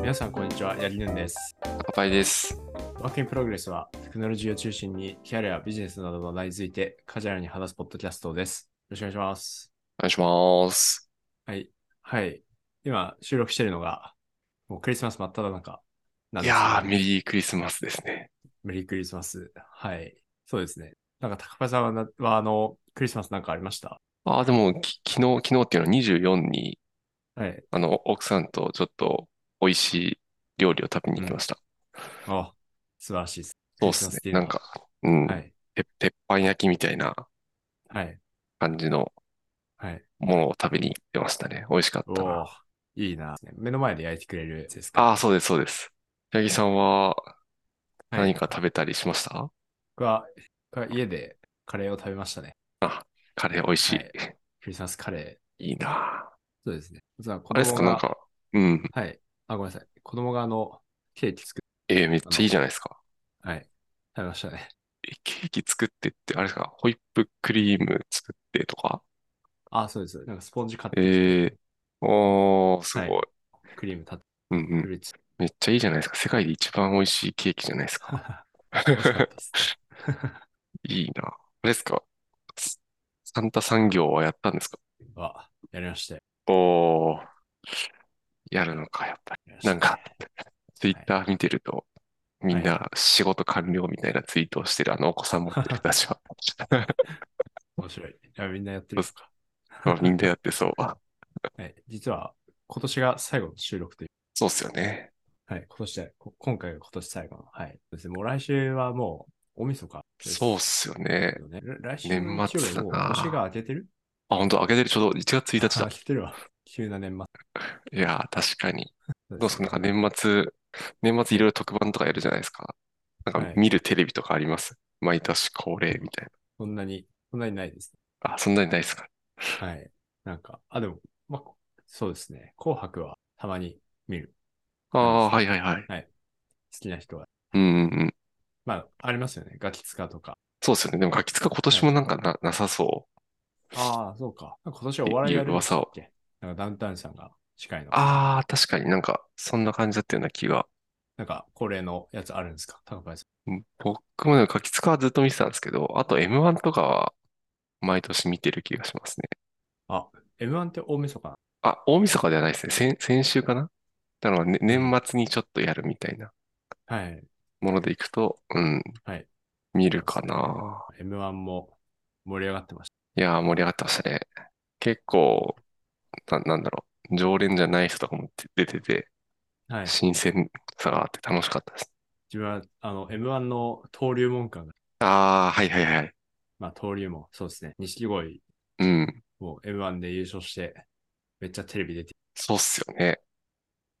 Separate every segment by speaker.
Speaker 1: 皆さん、こんにちは。やりぬんです。
Speaker 2: 乾杯です。
Speaker 1: ワークインプログレスは、テクノロジーを中心に、キャリア、ビジネスなどの話題について、カジュアルに話すポッドキャストです。よろしくお願いします。
Speaker 2: お願いします。
Speaker 1: はい。はい。今、収録してるのが、もうクリスマス真っ只中なん
Speaker 2: い
Speaker 1: ですけど
Speaker 2: やー、メリークリスマスですね。
Speaker 1: メリークリスマス。はい。そうですね。なんか、高橋さんはな、はあの、クリスマスなんかありました
Speaker 2: ああ、でも、き昨日、昨日っていうのは24に、
Speaker 1: はい。
Speaker 2: あの、奥さんとちょっと美味しい料理を食べに行きました。
Speaker 1: あ、素晴らしいです。
Speaker 2: そうですね。なんか、うん、
Speaker 1: はい。
Speaker 2: て鉄板焼きみたいな
Speaker 1: はい。
Speaker 2: 感じの
Speaker 1: はい。
Speaker 2: ものを食べに行ってましたね。美味しかっ
Speaker 1: お
Speaker 2: た
Speaker 1: お
Speaker 2: な。
Speaker 1: ーいいな。目の前で焼いてくれるやつですか
Speaker 2: ああ、そうです、そうです。八木さんは
Speaker 1: はい
Speaker 2: 何か食べたりしました
Speaker 1: 僕は、僕は家でカレーを食べましたね。
Speaker 2: カレー美味しい
Speaker 1: は。クリスマスカレ
Speaker 2: いいな
Speaker 1: ー。そうですね。実は子
Speaker 2: あれですか、
Speaker 1: 供
Speaker 2: なん
Speaker 1: が、
Speaker 2: か、うん。
Speaker 1: はい。あ、ごめんなさい。子供があの、ケーキ作
Speaker 2: えーめっちゃいいじゃないですか。
Speaker 1: っ、はい。食べましたね。
Speaker 2: えケーキ作ってって、あれですか、ホイップクリーム作ってとか
Speaker 1: あ、そうです。なんかスポンジ買ってきて、
Speaker 2: ええおー、す
Speaker 1: はい
Speaker 2: ごい。
Speaker 1: クリームたっ
Speaker 2: うんう
Speaker 1: ぷ
Speaker 2: ん。
Speaker 1: りつ、
Speaker 2: めっちゃいいじゃないですか。世界で一番美味しいケーキじゃないですか。
Speaker 1: 美味しかったです。
Speaker 2: いいな。あれですか、ササンタ産業はやったんですか
Speaker 1: は、やりましたよ。
Speaker 2: おー、やるのか、やっぱり。
Speaker 1: やりましたね
Speaker 2: なんか、ツイッター見てると、みんな仕事完了みたいなツイートをしてる、あのお子さん持ってる人たち は。
Speaker 1: 面白い。いや、みんなやってるんですか。
Speaker 2: みんなやってそう。
Speaker 1: はい。実は、今年が最後の収録という。
Speaker 2: そうっすよね。
Speaker 1: はい。今年で、こ今回が今年最後の。はい。そうですね。もう来週はもう、大晦日です
Speaker 2: そうっすよね。
Speaker 1: ね。来週
Speaker 2: 年末だな
Speaker 1: 日曜日もう年が明けてる
Speaker 2: あ、本当開けてる。ちょうど1月1日
Speaker 1: あ
Speaker 2: だ
Speaker 1: 明。けてるわ。 急な年末。
Speaker 2: いやー、確かに。
Speaker 1: そう
Speaker 2: どうですかなんか年末、年末いろいろ特番とかやるじゃないですか。なんか
Speaker 1: はい
Speaker 2: 見るテレビとかあります毎年恒例みたい
Speaker 1: そんなに、そんなにないです、
Speaker 2: な。あ、そんなにないですか
Speaker 1: ね。はい。なんか、あ、でも、まあ、こそうですね。紅白はたまに見る。
Speaker 2: ああー、
Speaker 1: あ
Speaker 2: はいはいはい。
Speaker 1: 好きな人は。
Speaker 2: うんうんうん。
Speaker 1: まあ、ありますよね。ガキ使とか。
Speaker 2: そうですよね。でもガキ使今年もなんかな、なさそう。
Speaker 1: ああ、そうか。なんか今年はお笑いやるんでしたっけなんかダウンタウンさんが司会の。
Speaker 2: ああ、確かになんかそんな感じだったような気が。
Speaker 1: なんか恒例のやつあるんですか高林さ
Speaker 2: うん僕もね、ガキ使はずっと見てたんですけど、あと M1 とかは毎年見てる気がしますね。
Speaker 1: ん。M1 って大晦日なの
Speaker 2: あ、大晦日ではないですね。先、先週かなだから、ね、年末にちょっとやるみたいな
Speaker 1: はい。
Speaker 2: ものでいくと、うん、
Speaker 1: はい
Speaker 2: 見るかな。
Speaker 1: M1 も盛り上がってまし
Speaker 2: いやー、盛り上がってましたね。結構、な、なんだろう、常連じゃない人とかも出てて、
Speaker 1: た。はい。
Speaker 2: 新鮮さがあって楽しかったです。
Speaker 1: 自分は、あの、M1 の登竜門感が、
Speaker 2: ああ、はいはいはい。
Speaker 1: まあ、登竜門、そうですね。錦鯉
Speaker 2: うん、
Speaker 1: も M1 で優勝して、めっちゃテレビ出て、
Speaker 2: そうっすよね。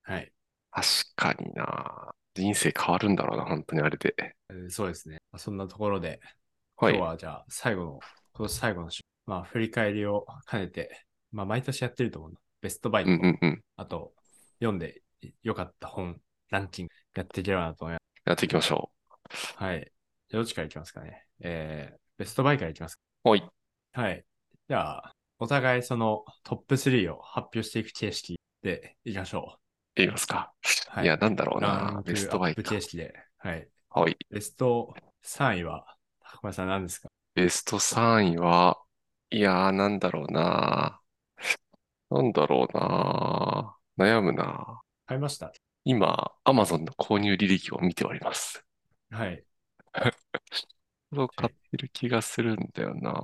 Speaker 1: はい。
Speaker 2: 確かにな。人生変わるんだろうな、本当にあれで。
Speaker 1: えーそうですね。まあそんなところで、
Speaker 2: はい。
Speaker 1: 今日はじゃあ、最後の、今年最後の週、まあ、振り返りを兼ねて、まあ、毎年やってると思うの。ベストバイ
Speaker 2: う
Speaker 1: と、
Speaker 2: んうんうん。
Speaker 1: あと、読んでよかった本、ランキングやっていければなと思いま
Speaker 2: やっていきましょ
Speaker 1: す。はい。じゃあどっちからいきますかね。えー、ベストバイからいきますか。
Speaker 2: う。はい。
Speaker 1: はい。じゃあ、お互いそのトップ3を発表していく形式でいきましょ
Speaker 2: いきますか。
Speaker 1: う。はい
Speaker 2: いや、なんだろう
Speaker 1: ラ
Speaker 2: な。
Speaker 1: ンク
Speaker 2: ベストバイ
Speaker 1: アップ
Speaker 2: か。
Speaker 1: 形式で。はい。
Speaker 2: はい。
Speaker 1: ベスト3位は、高村さん何ですか
Speaker 2: ベスト3位は、いやー、なんだろうな。なんだろうな。悩むな。
Speaker 1: 買いました。
Speaker 2: 今、Amazon の購入履歴を見ております。
Speaker 1: はい。
Speaker 2: これを買ってる気がするんだよな。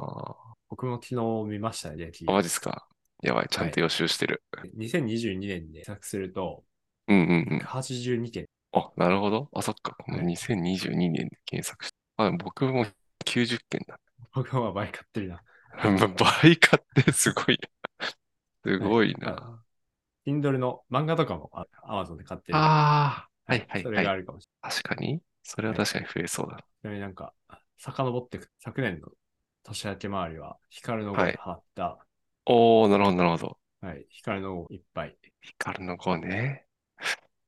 Speaker 1: 僕も昨日見ましたね、歴
Speaker 2: あ、マジっすか。やばい、ちゃんと予習してる。
Speaker 1: 2022年で比較すると、
Speaker 2: うんうんうん。
Speaker 1: 82件。
Speaker 2: あ、なるほど。あ、そっか。この
Speaker 1: はい
Speaker 2: 2022年で検索して。あ、僕も90件だ。
Speaker 1: 僕は倍買ってるな。
Speaker 2: 倍買ってすごいな。すごい
Speaker 1: はい
Speaker 2: な。
Speaker 1: Kindle の漫画とかもあ Amazon で買ってる。
Speaker 2: ああ、はいはい
Speaker 1: それがあ
Speaker 2: はい。
Speaker 1: るかもし
Speaker 2: 確かに。それは確かに増えそうだ。
Speaker 1: れない。ちなみになんか、遡ってく、昨年の年明け周りは、光の碁にハマった、
Speaker 2: おー、なるほどなるほど。
Speaker 1: はい、光の碁いっぱい。
Speaker 2: 光の子ね。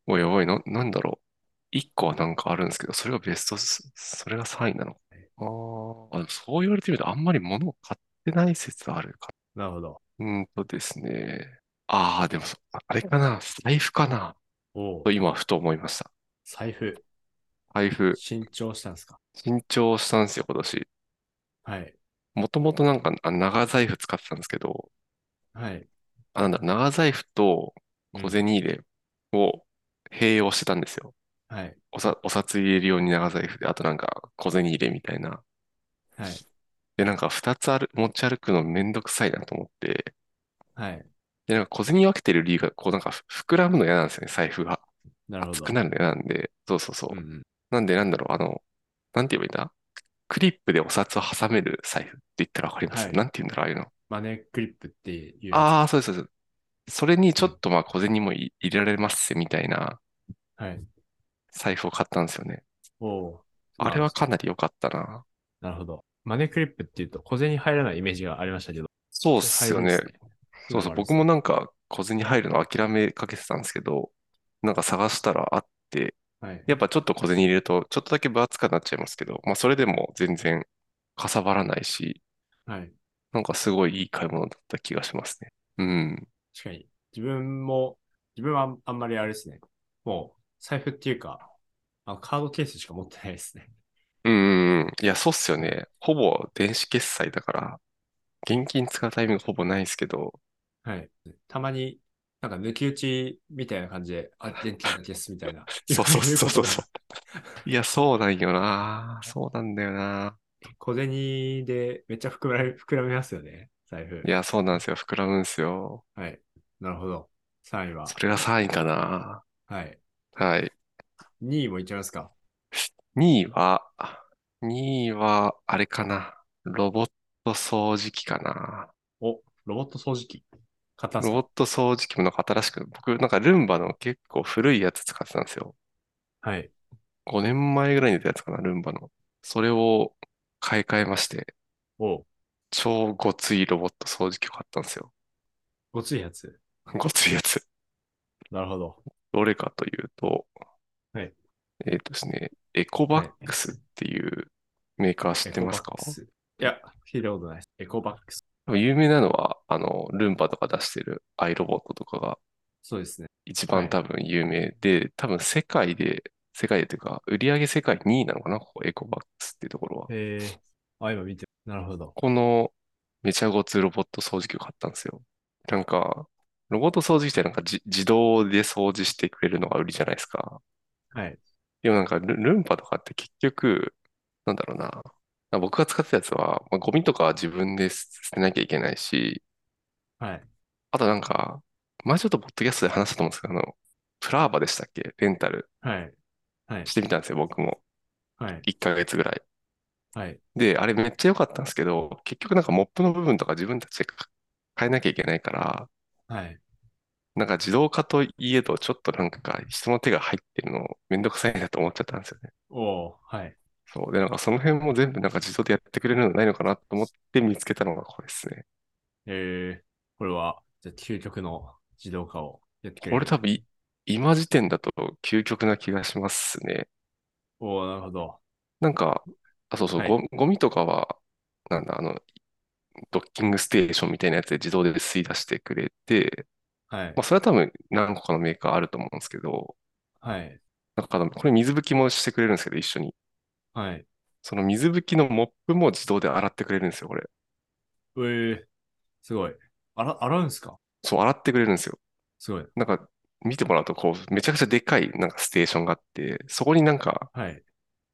Speaker 2: おいおい、な、なんだろう。一個はなんかあるんですけど、それがベストス、それが3位なの。あーあ、でもそう言われてみると、あんまり物を買ってない説あるか。
Speaker 1: なるほど。
Speaker 2: うーんとですね。ああ、でもそ、あれかな。財布かな。
Speaker 1: おう
Speaker 2: と今、ふと思いました。
Speaker 1: 財布、
Speaker 2: 財布、
Speaker 1: 新調したんですか
Speaker 2: 新調したんですよ、今年。
Speaker 1: はい。
Speaker 2: もともとなんか、あ長財布使ってたんですけど、
Speaker 1: はい。
Speaker 2: あ、なんだろう、長財布と
Speaker 1: うん
Speaker 2: 小銭入れを併用してたんですよ。
Speaker 1: はい。
Speaker 2: おさ、お札入れるように長財布で、あとなんか小銭入れみたいな。
Speaker 1: はい。
Speaker 2: で、なんか二つある、持ち歩くのめんどくさいなと思って、
Speaker 1: はい。
Speaker 2: で、なんか小銭分けてる理由が、こうなんかふ膨らむの嫌なんですよね、財布が。
Speaker 1: なるほ
Speaker 2: 熱
Speaker 1: ど。
Speaker 2: くなるの嫌なんで、そうそうそうう。
Speaker 1: んうん。
Speaker 2: なんでなんだろう、あの、なんて言えばいいんだクリップでお札を挟める財布って言ったらわかります
Speaker 1: はい
Speaker 2: なんて言うんだろう、ああいうの。
Speaker 1: マネークリップっていうやつ。
Speaker 2: ああ、そうです、そうです。それにちょっとまあ小銭もい入れられますみたいな
Speaker 1: はい。
Speaker 2: 財布を買ったんですよね。
Speaker 1: おう
Speaker 2: あれはかなり良かったな。
Speaker 1: なるほど。マネークリップっていうと小銭入らないイメージがありましたけど。
Speaker 2: そうっすよね
Speaker 1: 入。るんですね。
Speaker 2: そうそう、僕もなんか小銭入るの諦めかけてたんですけど、なんか探したらあって、
Speaker 1: はい。
Speaker 2: やっぱちょっと小銭入れるとちょっとだけ分厚くなっちゃいますけど、まあそれでも全然かさばらないし、
Speaker 1: はい。
Speaker 2: なんかすごいいい買い物だった気がしますね。うん。
Speaker 1: 確かに。自分も、自分はあんあんまりあれですね。もう、財布っていうか、あのカードケースしか持ってないですね。
Speaker 2: うんうんうん。いや、そうっすよね。ほぼ電子決済だから、現金使うタイミングほぼないですけど、。
Speaker 1: はい。たまに、なんか抜き打ちみたいな感じで、あ、電気ですみたいな
Speaker 2: そうそうそうそうそ。
Speaker 1: いう
Speaker 2: いや、そうなんよな。そうなんだよな。
Speaker 1: ことが。小銭でめっちゃ膨らみ、 膨らみますよね。財布
Speaker 2: い。や、そうなんですよ。膨らむんですよ。
Speaker 1: はい。なるほど。3位は。
Speaker 2: それが3位かな。
Speaker 1: はい。
Speaker 2: はい。
Speaker 1: 2位もいっちゃいますか。
Speaker 2: 2位は、2位は、あれかな。ロボット掃除機かな。
Speaker 1: お、ロボット掃除機。買ったんす
Speaker 2: ロボ
Speaker 1: か
Speaker 2: ット掃除機もなんか新しく、僕なんかルンバの結構古いやつ使ってたんですよ。
Speaker 1: はい。
Speaker 2: 5年前ぐらいに出たやつかな、ルンバの。それを買い替えまして、
Speaker 1: お、
Speaker 2: 超ごついロボット掃除機を買ったんですよ。
Speaker 1: ごついやつ。
Speaker 2: ごついやつ。
Speaker 1: なるほど。
Speaker 2: どれかというと、
Speaker 1: はい
Speaker 2: えっとですね、エコバックスっていうメーカー知ってます
Speaker 1: エ
Speaker 2: か
Speaker 1: コバックスいや、聞いたことないです。エコバックス。
Speaker 2: 有名なのは、あの、ルンバとか出してるアイロボットとかが
Speaker 1: そうですね。
Speaker 2: 一番
Speaker 1: はい
Speaker 2: 多分有名で、多分世界で、世界でというか、売り上げ世界2位なのかな、ここエコバックスっていうところは。
Speaker 1: えー、あ、今見て、なるほど。
Speaker 2: このめちゃごつロボット掃除機を買ったんですよ。なんか、ロボット掃除機ってなんかじ自動で掃除してくれるのが売りじゃないですか。
Speaker 1: はい。
Speaker 2: でもなんかル、ルンバとかって結局、なんだろうな。僕が使ってたやつは、まあ、ゴミとかは自分で捨てなきゃいけないし、
Speaker 1: はい。
Speaker 2: あとなんか、前ちょっとポッドキャストで話したと思うんですけど、あの、プラーバでしたっけレンタル
Speaker 1: はい。はい
Speaker 2: し。てみたんですよ、僕も。
Speaker 1: はい。
Speaker 2: 1ヶ月ぐらい。
Speaker 1: はい。
Speaker 2: で、あれめっちゃ良かったんですけど、結局なんかモップの部分とか自分たちで変えなきゃいけないから、
Speaker 1: はい。
Speaker 2: なんか自動化といえど、ちょっとなんか人の手が入ってるのめんどくさいなと思っちゃったんですよね。
Speaker 1: おー、はい。
Speaker 2: そう。で、なんかその辺も全部なんか自動でやってくれるのないのかなと思って見つけたのがこれですね。
Speaker 1: えー、これは、じゃあ究極の自動化をやってくれ
Speaker 2: こ
Speaker 1: る。
Speaker 2: れ多分い今時点だと究極な気がしますね。
Speaker 1: おー、なるほど。
Speaker 2: なんか、あ、そうそう、
Speaker 1: はい
Speaker 2: ゴ、ゴミとかは、なんだ、あの、ドッキングステーションみたいなやつで自動で吸い出してくれて、
Speaker 1: はい
Speaker 2: まあ。それは多分何個かのメーカーあると思うんですけど、
Speaker 1: はい。
Speaker 2: なんかあのこれ水拭きもしてくれるんですけど、一緒に。
Speaker 1: はい。
Speaker 2: その水拭きのモップも自動で洗ってくれるんですよ、これ。
Speaker 1: えー、すごい。あら、洗うんすか
Speaker 2: そう、洗ってくれるんですよ。
Speaker 1: すごい。
Speaker 2: なんか、見てもらうと、こう、めちゃくちゃでかい、なんかステーションがあって、そこになんか、
Speaker 1: はい。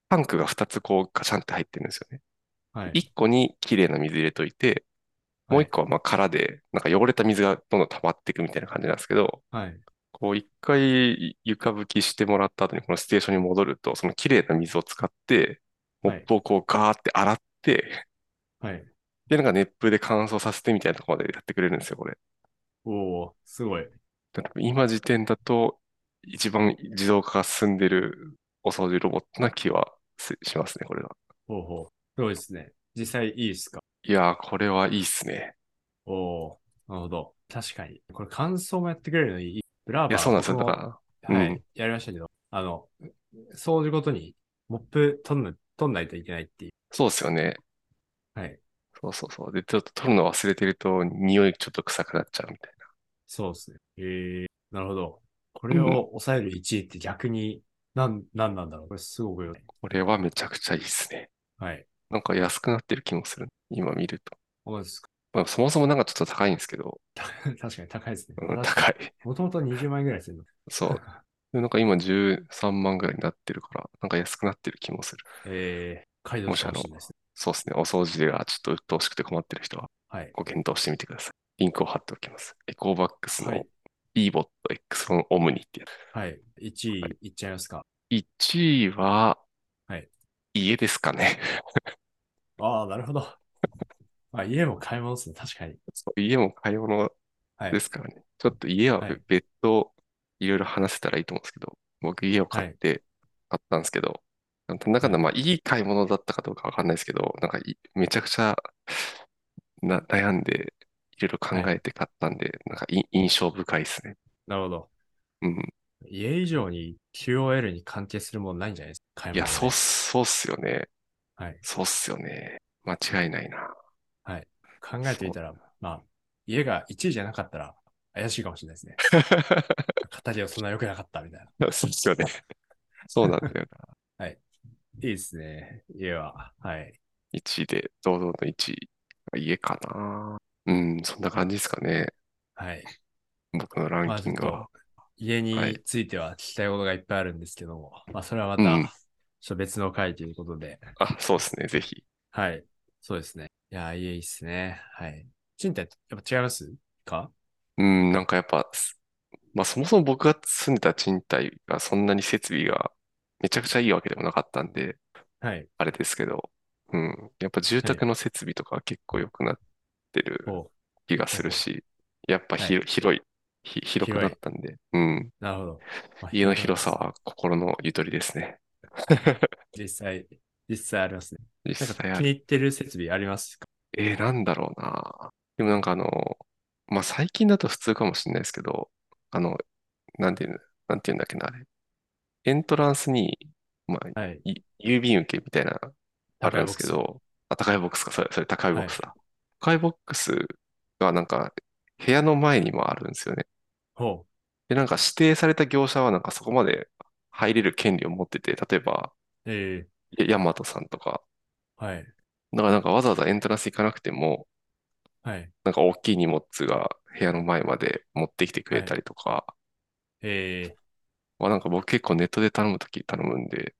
Speaker 2: タンクが2つこう、ガチャンって入ってるんですよね。
Speaker 1: はい。
Speaker 2: 1個に綺麗な水入れといて、もう1個はまあ空で、なんか汚れた水がどんどん溜まっていくみたいな感じなんですけど、
Speaker 1: はい。
Speaker 2: こう、1回床拭きしてもらった後に、このステーションに戻ると、その綺麗な水を使って、モップをこう、ガーって洗って、
Speaker 1: はい。
Speaker 2: で、なんか熱風で乾燥させてみたいなところまでやってくれるんですよ、これ。
Speaker 1: おー、すごい。
Speaker 2: だから今時点だと、一番自動化が進んでるお掃除ロボットな気はすしますね、これは。
Speaker 1: ほうほう。すごいですね。実際いいっすか
Speaker 2: いやー、これはいいっすね。
Speaker 1: おお、なるほど。確かに。これ感想もやってくれるのいい。ブラーバー
Speaker 2: いや、そうなんですよ。だ
Speaker 1: 僕も
Speaker 2: から、
Speaker 1: は
Speaker 2: う
Speaker 1: い、やりましたけど、あの、掃除ごとにモップ取んな取んないといけないってい
Speaker 2: そうですよね。
Speaker 1: う。はい。
Speaker 2: そうそうそう。で、ちょっと取るの忘れてると、匂いちょっと臭くなっちゃうみたいな。
Speaker 1: そうですね。えー、なるほど。これを抑える1位って逆に何、なんなんだろうこれすごくよ。
Speaker 2: これはめちゃくちゃいいですね。
Speaker 1: はい。
Speaker 2: なんか安くなってる気もする。今見ると。
Speaker 1: こうですか
Speaker 2: まあ、そもそもなんかちょっと高いんですけど、
Speaker 1: 確かに高いですね。
Speaker 2: うん、高い。
Speaker 1: もともと20万円ぐらいするの。
Speaker 2: そう。でなんか今13万ぐらいになってるから、なんか安くなってる気もする。
Speaker 1: えー、解読かもしれないですね。
Speaker 2: そうですね。お掃除がちょっと鬱陶しくて困ってる人は
Speaker 1: はい。
Speaker 2: ご検討してみてください。リンクを貼っておきます。エコーバックス
Speaker 1: は
Speaker 2: の
Speaker 1: い
Speaker 2: eBot X1 オムニってやつ。
Speaker 1: はい。1位いっちゃいますか。
Speaker 2: 1位は
Speaker 1: はい、
Speaker 2: 家ですかね。
Speaker 1: ああ、なるほど。まあ、家も買い物ですね。確かに。
Speaker 2: そう家も買い物
Speaker 1: はい
Speaker 2: ですからね。ちょっと家は
Speaker 1: はい
Speaker 2: 別途いろいろ話せたらいいと思うんですけど、僕家を買って、買ったんですけど、なんだかんだまあいい買い物だったかどうかわかんないですけど、なんかいめちゃくちゃな悩んで、いろいろ考えて買ったんで、なんかい印象深いですね。
Speaker 1: なるほど。
Speaker 2: うん。
Speaker 1: 家以上に QOL に関係するものないんじゃないですか。買
Speaker 2: いや、そう
Speaker 1: 物
Speaker 2: っす、そうっすよね。
Speaker 1: はい。
Speaker 2: そうっすよね。間違いない な。
Speaker 1: 考えてみたら、まあ、家が1位じゃなかったら怪しいかもしれないですね。語りはそんな良くなかったみたいな。
Speaker 2: そうっすよね。そうなんだよな。
Speaker 1: いいですね。家は。はい。
Speaker 2: 1位で、堂々の1位が家かな。うん、そんな感じですかね。
Speaker 1: はい。
Speaker 2: 僕のラ
Speaker 1: まあ
Speaker 2: ンキングは。
Speaker 1: 家に
Speaker 2: はい
Speaker 1: ついては聞きたいことがいっぱいあるんですけども、まあ、それはま
Speaker 2: うん
Speaker 1: た、ちょっと別の回ということで、
Speaker 2: あ、そうですね。ぜひ。
Speaker 1: はい。そうですね。いや、家いいっすね。はい。賃貸、やっぱ違いますか
Speaker 2: うん、なんかやっぱ、すまあそもそも僕が住んでた賃貸がそんなに設備がめちゃくちゃいいわけでもなかったんで、
Speaker 1: はい。
Speaker 2: あれですけど、うん。やっぱ住宅の設備とか結構良くなってる
Speaker 1: お
Speaker 2: 気がするし、やっぱひろ広い、ひ広くなったんで、うん。
Speaker 1: なるほど。まあ
Speaker 2: 家の広さ。は心のゆとりですね。
Speaker 1: 実際、実際ありますね。
Speaker 2: 実
Speaker 1: なんか
Speaker 2: 際あ
Speaker 1: 気
Speaker 2: る
Speaker 1: に入ってる設備ありますか
Speaker 2: えー、なんだろうな。でもなんかあの、まあ、最近だと普通かもしれないですけど、あの、なんていうの、なんていうんだっけな、あれ。エントランスに、まあ、
Speaker 1: はい。
Speaker 2: い郵便受けみたいな、あるんですけ
Speaker 1: 高いボック
Speaker 2: ど、あ、高いボックスか、それ、それ高いボックスだ。高いボックスがなんか、部屋の前にもあるんですよね。
Speaker 1: ス。ほ
Speaker 2: で、なんか指定された業者はなんかそこまで入れる権利を持ってて、例えば、
Speaker 1: う。え
Speaker 2: やヤマトさんとか、
Speaker 1: えはい。
Speaker 2: だからなんかわざわざエントランス行かなくても、
Speaker 1: はい。
Speaker 2: なんか大きい荷物が部屋の前まで持ってきてくれたりとか、
Speaker 1: え
Speaker 2: まあなんか僕結構ネットで頼むとき頼むんで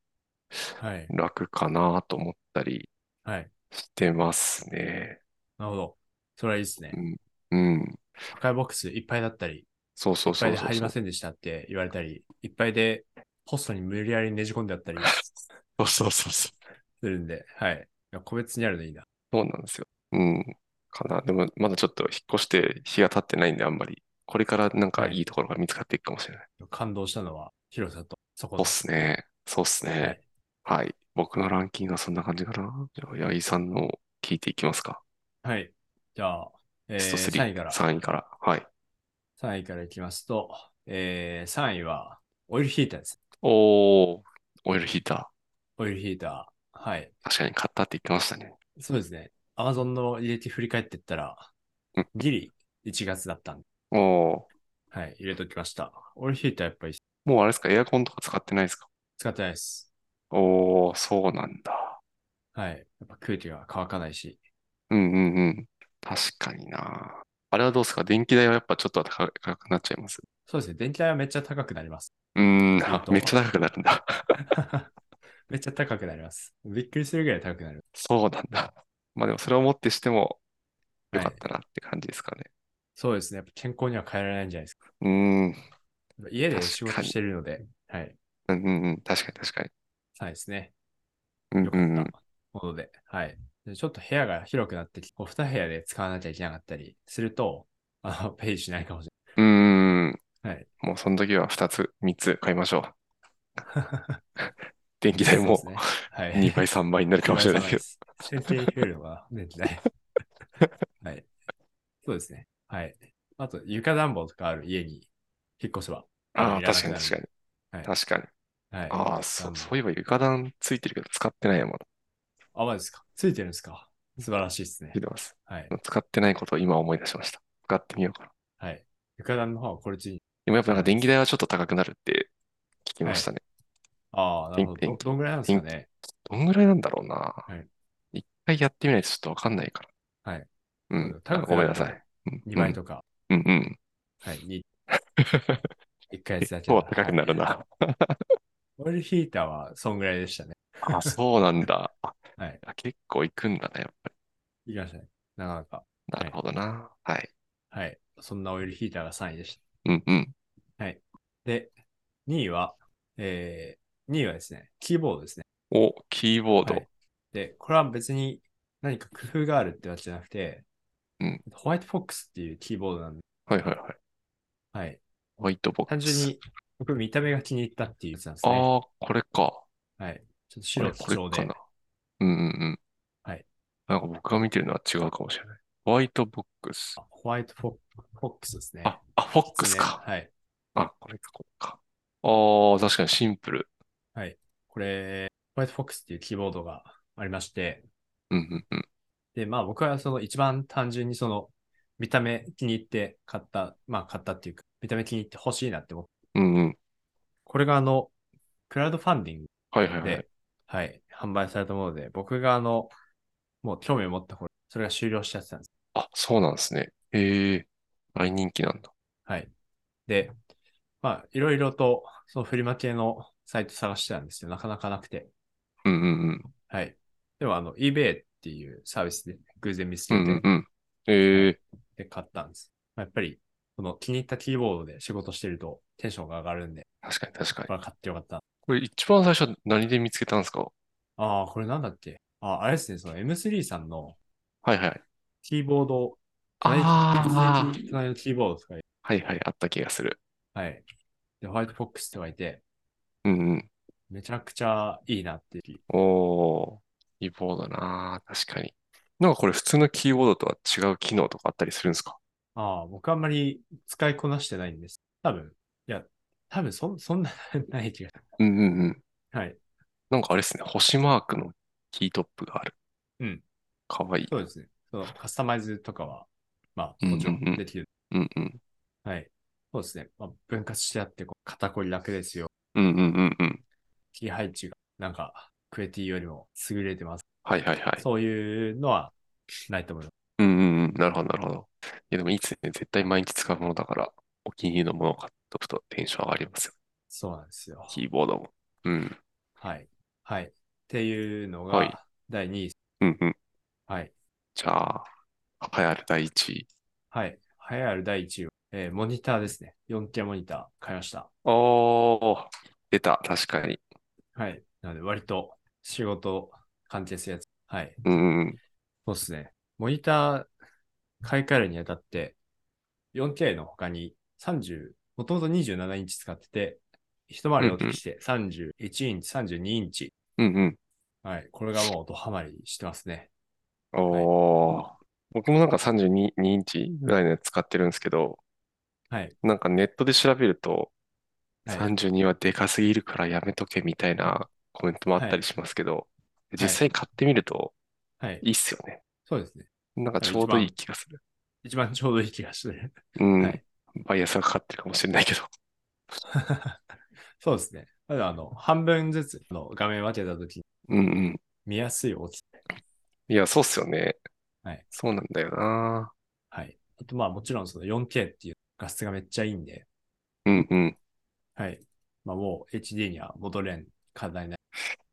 Speaker 1: えはい。
Speaker 2: 楽かなと思ったり
Speaker 1: はい。
Speaker 2: してますね。
Speaker 1: なるほど。それはいいですね。
Speaker 2: うん。
Speaker 1: 赤いボックスいっぱいだったり、
Speaker 2: そうそう
Speaker 1: いっぱ
Speaker 2: そ
Speaker 1: いうで
Speaker 2: そう
Speaker 1: 入り
Speaker 2: そう。
Speaker 1: ませんでしたって言われたり、いっぱいでポストに無理やりねじ込んであったり
Speaker 2: そうそうそうそ
Speaker 1: す
Speaker 2: う。
Speaker 1: るんで、はい。いや個別にあるのいいな。
Speaker 2: そうなんですよ。うん。かな。でもまだちょっと引っ越して日が経ってないんであんまり。これからなんか
Speaker 1: はい
Speaker 2: いいところが見つかっていくかもしれない。
Speaker 1: 感動したのは広さと、そこ
Speaker 2: そう
Speaker 1: の
Speaker 2: っすね。そうっす
Speaker 1: は
Speaker 2: ね
Speaker 1: い。
Speaker 2: はい。僕のランキングはそんな感じかな。じゃあ、八木さんの聞いていきますか。
Speaker 1: はい。じゃあ、えー、
Speaker 2: ベスト3、
Speaker 1: 3位から、
Speaker 2: 3位から。はい。
Speaker 1: 3位からいきますと、えー、3位はオイルヒーターです。
Speaker 2: おー、オイルヒータ
Speaker 1: オイルヒーター。はい。
Speaker 2: ー。確かに買ったって言ってましたね。
Speaker 1: そうですね。アマゾンの入れて振り返ってったら
Speaker 2: うん、
Speaker 1: ギリ1月だったんで、
Speaker 2: おー、
Speaker 1: はい、入れときました。オイルヒーターやっぱり
Speaker 2: もうあれですか、エアコンとか使ってないですか
Speaker 1: 使ってないです。
Speaker 2: おー、そうなんだ。
Speaker 1: はい。やっぱ空気が乾かないし、
Speaker 2: うんうんうん。確かにな。あれはどうですか電気代はやっぱちょっと高高くなっちゃいます。
Speaker 1: そうですね。電気代はめっちゃ高くなります。
Speaker 2: うーん、
Speaker 1: あ
Speaker 2: あ
Speaker 1: と
Speaker 2: めっちゃ高くなるんだ。
Speaker 1: めっちゃ高くなります。びっくりするぐらい高くなりま
Speaker 2: そうなんだ。まあでもそれをもってしても
Speaker 1: す。
Speaker 2: よ
Speaker 1: は
Speaker 2: かっ
Speaker 1: い。
Speaker 2: たなって感じですかね。
Speaker 1: そうですね。やっぱ健康には変えられないんじゃないですか。
Speaker 2: うーん、
Speaker 1: 家で
Speaker 2: 確
Speaker 1: 仕
Speaker 2: か
Speaker 1: 事
Speaker 2: に
Speaker 1: してるので、はい。
Speaker 2: うんうんうん、確かに確かに。
Speaker 1: そうですね。
Speaker 2: うん
Speaker 1: 良かっ
Speaker 2: うんう
Speaker 1: た
Speaker 2: ん。
Speaker 1: もので、はい。でちょっと部屋が広くなってきて、こう2部屋で使わなきゃいけなかったりすると、あの、 ペイしないかもしれ
Speaker 2: うーん。
Speaker 1: はい
Speaker 2: もうその時は2つ、3つ買いましょう。
Speaker 1: ない。
Speaker 2: 電気代
Speaker 1: そう
Speaker 2: も
Speaker 1: ですねはい。
Speaker 2: 2倍、3倍になるかもしれないけど。
Speaker 1: 先手に増えるのが電気 代。はい。そうですね。はい。あと、床暖房とかある家に引っ越せば。
Speaker 2: ああ、
Speaker 1: いらなく
Speaker 2: 確かに
Speaker 1: なる
Speaker 2: 確かに。
Speaker 1: はい
Speaker 2: 確かに。
Speaker 1: はい。
Speaker 2: ああ、そう、
Speaker 1: 暖房
Speaker 2: そういえば床暖ついてるけど使ってないやもん。
Speaker 1: あ、まですか。ついてるんですか。素晴らしいですね
Speaker 2: 聞い。てます。
Speaker 1: はい。
Speaker 2: 使ってないことを今思い出しました。使ってみようかな。
Speaker 1: はい。床暖の方はこれち
Speaker 2: でもやっぱなんか電気代はちょっと高くなるって聞きましたね。
Speaker 1: ああ、なるほど。どどんぐらいなんですかね。
Speaker 2: どんぐらいなんだろうな。
Speaker 1: い
Speaker 2: 一回やってみないとちょっとわかんないから。
Speaker 1: はい。
Speaker 2: うん。
Speaker 1: 高くなる
Speaker 2: ごめんなさい。
Speaker 1: 2倍とか。
Speaker 2: うんうん。
Speaker 1: はい。 に
Speaker 2: 結
Speaker 1: 一回やつだけ
Speaker 2: 構
Speaker 1: だ。
Speaker 2: 高くなるな。
Speaker 1: オイルヒーターはそんぐらいでしたね。
Speaker 2: あ、そうなんだ。あ
Speaker 1: はい。
Speaker 2: 結構行くんだね、やっぱ
Speaker 1: いきましたね。なかなか。
Speaker 2: り。なるほどな。はい。
Speaker 1: はい。そんなオイルヒーターが3位でした。
Speaker 2: うんうん。
Speaker 1: で、2位は、えー、2位はですね、キーボードですね。
Speaker 2: お、キーボード
Speaker 1: はい。で、これは別に何か工夫があるってわけじゃなくて、
Speaker 2: うん
Speaker 1: ホワイトフォックスっていうキーボードなんで、
Speaker 2: はいはいはい。
Speaker 1: はい。
Speaker 2: ホワイトボック
Speaker 1: 単純
Speaker 2: ス。
Speaker 1: に僕見た目が気に入ったっていうやつなんですね。
Speaker 2: ああ、これか。
Speaker 1: はい。ちょっと白基
Speaker 2: これこれ
Speaker 1: 調
Speaker 2: か
Speaker 1: で
Speaker 2: な。。うんうんうん。
Speaker 1: はい。
Speaker 2: なんか僕が見てるのは違うかもしれない。ホワイトボックス。
Speaker 1: あホワイトフォフォックスですね。
Speaker 2: あ、あ、フォックス
Speaker 1: 狐
Speaker 2: か。
Speaker 1: はい。
Speaker 2: あ、これか、これか。ああ、確かにシンプル。
Speaker 1: これ、ホワイトフォックスっていうキーボードがありまして、
Speaker 2: うんうんうん。
Speaker 1: で、まあ僕はその一番単純にその見た目気に入って買った、まあ買ったっていうか、見た目気に入って欲しいなって思って、
Speaker 2: うんうん。
Speaker 1: これがあの、クラウドファンディング
Speaker 2: はいはいはい
Speaker 1: で。、はい、販売されたもので、僕があの、もう興味を持った頃、それが終了しちゃってたんです。
Speaker 2: あ、そうなんですね。へえ、大人気なんだ。
Speaker 1: はい。で、まあ、いろいろと、そのフリマ系のサイト探してたんですけど、なかなかなくて。
Speaker 2: うんうんうん。
Speaker 1: はい。でも、あの、eBay っていうサービスで偶然見つ
Speaker 2: う
Speaker 1: け
Speaker 2: んうん
Speaker 1: て、
Speaker 2: うん。へえ、
Speaker 1: で、買ったんです。まあやっぱり、この気に入ったキーボードで仕事してるとテンションが上がるんで、
Speaker 2: 確かに確かに
Speaker 1: こ。れは買ってよかった。
Speaker 2: これ一番最初何で見つけたんですか
Speaker 1: ああ、これなんだっけああ、あれですね、その M3 さんの
Speaker 2: はいはい。
Speaker 1: キーボード、
Speaker 2: ああ、
Speaker 1: 隣隣のキーボードとか
Speaker 2: はいはい、あった気がする。
Speaker 1: はい。で、ホワイトフォックスとかいて、
Speaker 2: うんうん。
Speaker 1: めちゃくちゃいいなっていう。
Speaker 2: おー、キーボードなー、確かに。なんかこれ普通のキーボードとは違う機能とかあったりするんですか
Speaker 1: ああ、僕あんまり使いこなしてないんです。多分、いや、多分そんそんな ない気が。
Speaker 2: うんうんうん。
Speaker 1: はい。
Speaker 2: なんかあれですね、星マークのキートップがある。
Speaker 1: うん。
Speaker 2: かわいい。
Speaker 1: そうですね。そのカスタマイズとかは、まあ、
Speaker 2: うん
Speaker 1: も
Speaker 2: うんうん
Speaker 1: ちろんできる。
Speaker 2: うんうん。
Speaker 1: はい。そうですね。まあ、分割してあって、こう肩こり楽ですよ。
Speaker 2: うんうんうんうん。
Speaker 1: キー配置が、なんか、クエティよりも優れてます。
Speaker 2: はいはいはい。
Speaker 1: そういうのはないと思います。
Speaker 2: うんうんうん。なるほどなるほど。いやでもいいですね。絶対毎日使うものだから、お気に入りのものを買っとくとテンション上がりますよ。
Speaker 1: そうなんですよ。
Speaker 2: キーボードも。うん。
Speaker 1: はい。はい。っていうの
Speaker 2: はい
Speaker 1: が、第2位。
Speaker 2: うんうん。
Speaker 1: はい。
Speaker 2: じゃあ、流行る第一位。
Speaker 1: はい。栄えある第1位は、えーモニターですね。4K モニター買いました。
Speaker 2: おー、出た。確かに。
Speaker 1: はい。なので、割と仕事関係するやつ。はい。
Speaker 2: うんうんうん。
Speaker 1: そうですね。モニター買い替えるにあたって、4K の他に30、もともと27インチ使ってて、一回り大きくして31インチ、32インチ。
Speaker 2: うんうん。
Speaker 1: はい。これがもうドハマりしてますね。
Speaker 2: おー、僕もなんか32インチぐらいのやつ使ってるんですけど、
Speaker 1: はい
Speaker 2: なんかネットで調べると、
Speaker 1: はい
Speaker 2: 32はでかすぎるからやめとけみたいなコメントもあったりしますけど、実際買ってみると
Speaker 1: はい。
Speaker 2: いいっすよね。
Speaker 1: そうですね。
Speaker 2: なんかちょうどいい気がする。
Speaker 1: 一番ちょうどいい気がして る。
Speaker 2: うん。
Speaker 1: はい
Speaker 2: バイアスがかかってるかもしれないけど。
Speaker 1: そうですね。ただ、あの、半分ずつの画面分けたときに
Speaker 2: うんうん。
Speaker 1: 見やすい大きさ
Speaker 2: いや、そうっすよね
Speaker 1: はい。
Speaker 2: そうなんだよな。
Speaker 1: はい。あと、まあもちろんその 4K っていう画質がめっちゃいいんで、
Speaker 2: うんうん。
Speaker 1: はい。まあもう HD には戻れん課題ない。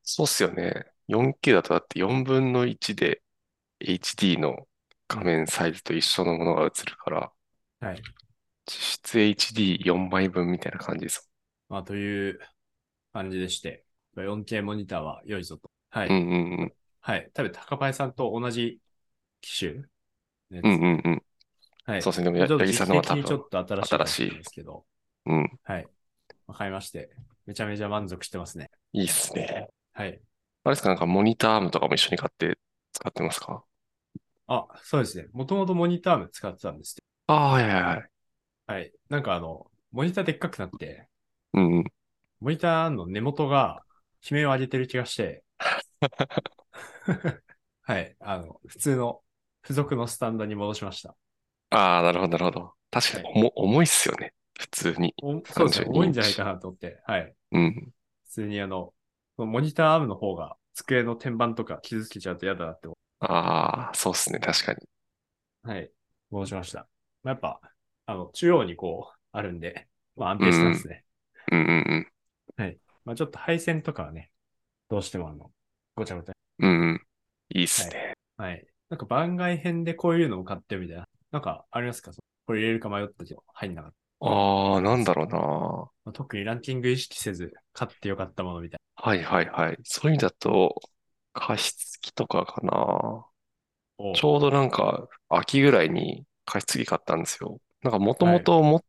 Speaker 2: そうっすよね。4K だとだって4分の1で HD の画面サイズと一緒のものが映るから、
Speaker 1: はい。
Speaker 2: 実質 HD4 枚分みたいな感じです
Speaker 1: まあという感じでして、まあ 4K モニターは良いぞと。はい。
Speaker 2: もん。うんうん
Speaker 1: はい。多分、高林さんと同じ機種のやつ
Speaker 2: うん。うんうんうん。
Speaker 1: はい。
Speaker 2: そうですね。でも
Speaker 1: ちょ
Speaker 2: や、
Speaker 1: っと
Speaker 2: 八木さんのは
Speaker 1: 時期的に
Speaker 2: 多
Speaker 1: ちょ
Speaker 2: 分、
Speaker 1: っと新しいかもしれないですけど、
Speaker 2: うん、
Speaker 1: はい。わかりまして、めちゃめちゃ満足してますね。
Speaker 2: いいっすね。
Speaker 1: はい。
Speaker 2: あれですか、なんかモニターアームとかも一緒に買って使ってますか
Speaker 1: あ、そうですね。もともとモニターも使ってたんですけ
Speaker 2: ああ、はいはいはい。
Speaker 1: ど、はい。なんかあの、モニターでっかくなって、
Speaker 2: うんうん。
Speaker 1: モニターの根元が悲鳴を上げてる気が して、はい、あの、普通の付属のスタンドに戻しました。
Speaker 2: ああ、なるほど、なるほど。確かに重、重いっすよね。普通に。
Speaker 1: おそうですね、
Speaker 2: 32
Speaker 1: 多いんじゃないかなと思って。はい。
Speaker 2: うん。
Speaker 1: 普通にあの、モニターアームの方が机の天板とか傷つけちゃうと嫌だなって思
Speaker 2: ああ、そうっすね。確かに。
Speaker 1: う。はい。戻しました。まあ、やっぱ、あの、中央にこう、あるんで、まあ安定したんですね。
Speaker 2: うんうん
Speaker 1: まあちょっと配線とかはね、どうしてもあの、ごちゃごちゃ。
Speaker 2: うん。うんうん。いいっすね。
Speaker 1: はい。なんか番外編でこういうのを買ってみたいな。なんかありますかそのこれ入れるか迷ったけど、入んなかった。
Speaker 2: ああ、なんだろうな。
Speaker 1: まあ特にランキング意識せず、買ってよかったものみたい
Speaker 2: はいはいはい。そういう意味だと、加湿器とかかな。
Speaker 1: な。おう
Speaker 2: ちょうどなんか、秋ぐらいに加湿器買ったんですよ。なんかもともと持っ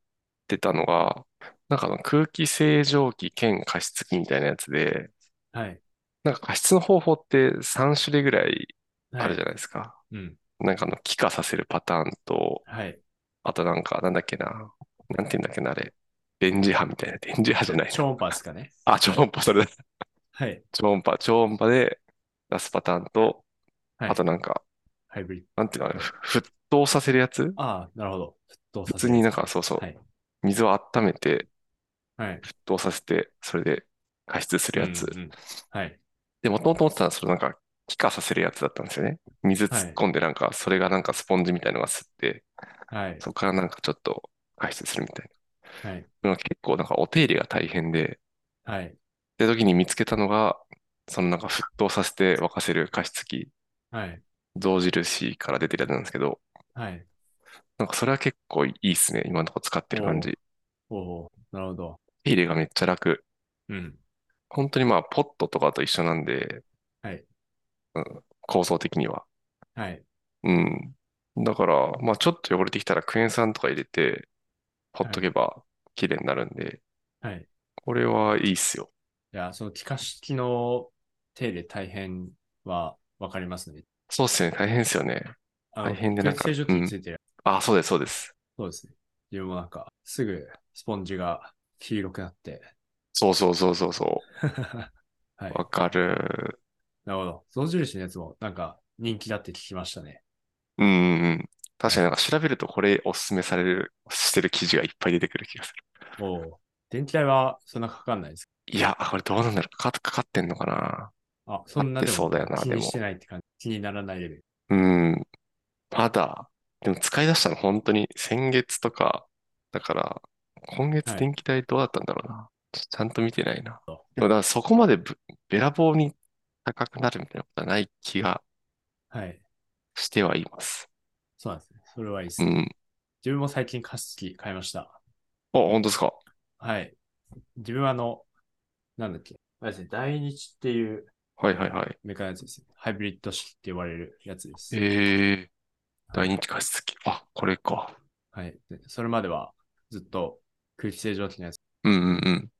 Speaker 2: てたのが、なんかあの空気清浄機兼加湿器みたいなやつで、
Speaker 1: はい。
Speaker 2: なんか加湿の方法って3種類ぐらい
Speaker 1: はい、
Speaker 2: あるじゃ
Speaker 1: ゃ
Speaker 2: ないですか。
Speaker 1: うん。
Speaker 2: なんかあの、気化させるパターンと、
Speaker 1: はい。
Speaker 2: あとなんか、なんだっけな。なんて言うんだっけな、あれ。電磁波みたいな。電磁波じゃないな。
Speaker 1: 超音波ですかね。
Speaker 2: あ、超音波、それだ。
Speaker 1: はい。
Speaker 2: 超音波、超音波で出すパターンと、
Speaker 1: はい
Speaker 2: あとなんか、
Speaker 1: ハイブリッ
Speaker 2: なんていうの、あれふ沸騰させるやつ
Speaker 1: ド。ああ、なるほど。沸騰
Speaker 2: 普
Speaker 1: させ
Speaker 2: 通になんか、そうそう
Speaker 1: はい。
Speaker 2: 水を温めて、
Speaker 1: はい。
Speaker 2: 沸騰させて、それで加湿するやつ
Speaker 1: う。んうんはい。
Speaker 2: で、もともと持ってたのは、それなんか、気化させるやつだったんですよね。水突っ込んで、なんか、それがなんかスポンジみたいのが吸って、
Speaker 1: はい。
Speaker 2: そこからなんかちょっと加湿するみたい
Speaker 1: はい。
Speaker 2: な。結構なんかお手入れが大変で、
Speaker 1: はい。
Speaker 2: で、時に見つけたのが、そのなんか沸騰させて沸かせる加湿器、
Speaker 1: はい。
Speaker 2: 象印から出てるやつなんですけど、
Speaker 1: はい。
Speaker 2: なんかそれは結構いいっすね。今のとこ使ってる感じ。
Speaker 1: おおうなるほど。
Speaker 2: 手入れがめっちゃ楽。
Speaker 1: うん。
Speaker 2: 本当にまあ、ポットとかと一緒なんで、
Speaker 1: はい
Speaker 2: うん、構造的には。
Speaker 1: はい。
Speaker 2: うん。だから、まあ、ちょっと汚れてきたらクエン酸とか入れて、ほっとけば綺麗になるんで、
Speaker 1: はい。
Speaker 2: これはいいっすよ。
Speaker 1: いや、その気化式の手入れ大変はわかりますね。
Speaker 2: そうっすよね。大変っすよね。
Speaker 1: あ
Speaker 2: 大変でなんか
Speaker 1: 空気清浄機についてる、
Speaker 2: あ、そうです、そうです。
Speaker 1: そうですね。自分もなんか、すぐスポンジが黄色くなって。
Speaker 2: そうそうそうそうそ
Speaker 1: はい。
Speaker 2: う。わかる。
Speaker 1: なるほど。象印のやつもなんか人気だって聞きましたね。
Speaker 2: うんうんうん。確かになんか調べるとこれおすすめされる、してる記事がいっぱい出てくる気がする。
Speaker 1: おお。電気代はそんなかかんないですか
Speaker 2: いや、これどうなんだろう。かかかかってんのかな。
Speaker 1: あ、そんな
Speaker 2: か
Speaker 1: で
Speaker 2: かってそう
Speaker 1: も
Speaker 2: だよな、
Speaker 1: 気
Speaker 2: で
Speaker 1: に
Speaker 2: も
Speaker 1: してないって感じ。気にならないレベル。
Speaker 2: うん。まだ、でも使い出したの本当に先月とか、だから、今月
Speaker 1: はい
Speaker 2: 電気代どうだったんだろうな。ちょちゃんと見てないな。でもだからそこまでぶべらぼうに高くなるみたいなことはない気が
Speaker 1: はい。
Speaker 2: してはいます。
Speaker 1: そうなんですね。それはいいです
Speaker 2: う
Speaker 1: ね。
Speaker 2: ん。
Speaker 1: 自分も最近加湿器買いました。
Speaker 2: あ、本当ですか。
Speaker 1: はい。自分はあの、なんだっけ。あれですね、大日っていう
Speaker 2: はいはいはい。
Speaker 1: メカのやつですね。ハイブリッド式って言われるやつです。
Speaker 2: ええ大日加湿器。あ、これか。
Speaker 1: はい。でそれまではずっと空気清浄機のやつ。
Speaker 2: うんうんうん。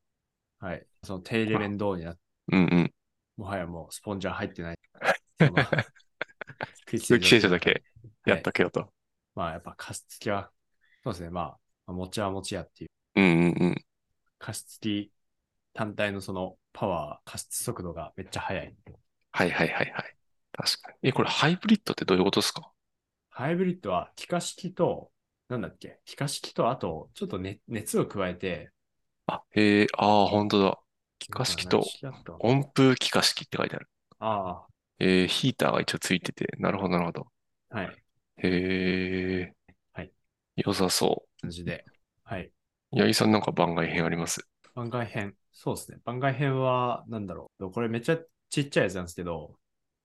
Speaker 1: はい。その手入れ面倒になって、
Speaker 2: うんうん。
Speaker 1: もはやもうスポンジは入ってない。その空気
Speaker 2: 空気清浄だけや
Speaker 1: はい
Speaker 2: っとけよと。
Speaker 1: まあやっぱ加湿器は、そうですね。まあ、まあ持ちは持ちやっていう。
Speaker 2: うんうんうん。
Speaker 1: 加湿器単体のそのパワー、加湿速度がめっちゃ速い。
Speaker 2: はいはいはいはい。確かに。え、これハイブリッドってどういうことですか
Speaker 1: ハイブリッドは気化式と、なんだっけ、気化式と、あと、ちょっと、ね、熱を加えて、
Speaker 2: あ、ええああ、本当だ。気化式と
Speaker 1: 何式だったの
Speaker 2: 温風気化式って書いてある。
Speaker 1: あ
Speaker 2: えー、ヒーターが一応ついてて、なるほど、なるほど。
Speaker 1: あ、はい、
Speaker 2: へえ、
Speaker 1: はい。
Speaker 2: 良さそ
Speaker 1: 感じで。はい。
Speaker 2: う。八木さんなんか番外編あります
Speaker 1: 番外編。そうですね。番外編は、なんだろう。これめっちゃちっちゃいやつなんですけど、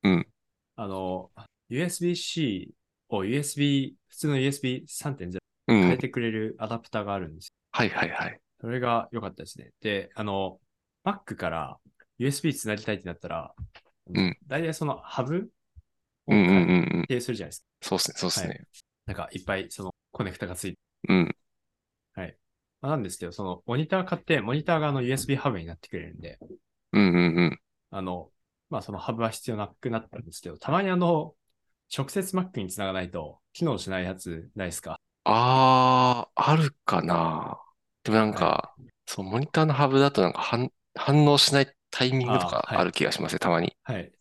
Speaker 2: うん。
Speaker 1: あの、USB-C を USB、普通の USB3.0
Speaker 2: うん
Speaker 1: 変えてくれるアダプターがあるんです。
Speaker 2: はいはいはい。
Speaker 1: それが良かったですね。で、あの、Mac から USB つなぎたいってなったら、
Speaker 2: ん
Speaker 1: 大体そのハブを
Speaker 2: うんうん
Speaker 1: 設
Speaker 2: うんうん。
Speaker 1: 定するじゃないですか。
Speaker 2: そうっすね、そうっす
Speaker 1: は
Speaker 2: ね。
Speaker 1: なんかいっぱいそのコネクタがついて。
Speaker 2: うん。
Speaker 1: まあ、なんですけど、そのモニター買って、モニターがあの USB ハブになってくれるんで、
Speaker 2: うんうんうん。
Speaker 1: あの、まあそのハブは必要なくなったんですけど、たまにあの、直接 Mac につながないと機能しないやつないですか
Speaker 2: ああ、あるかな。でもなんか、そう、モニターのハブだとなんか反、反応しないタイミングとか
Speaker 1: あーはい
Speaker 2: ある気がしますね、たまに。
Speaker 1: はい。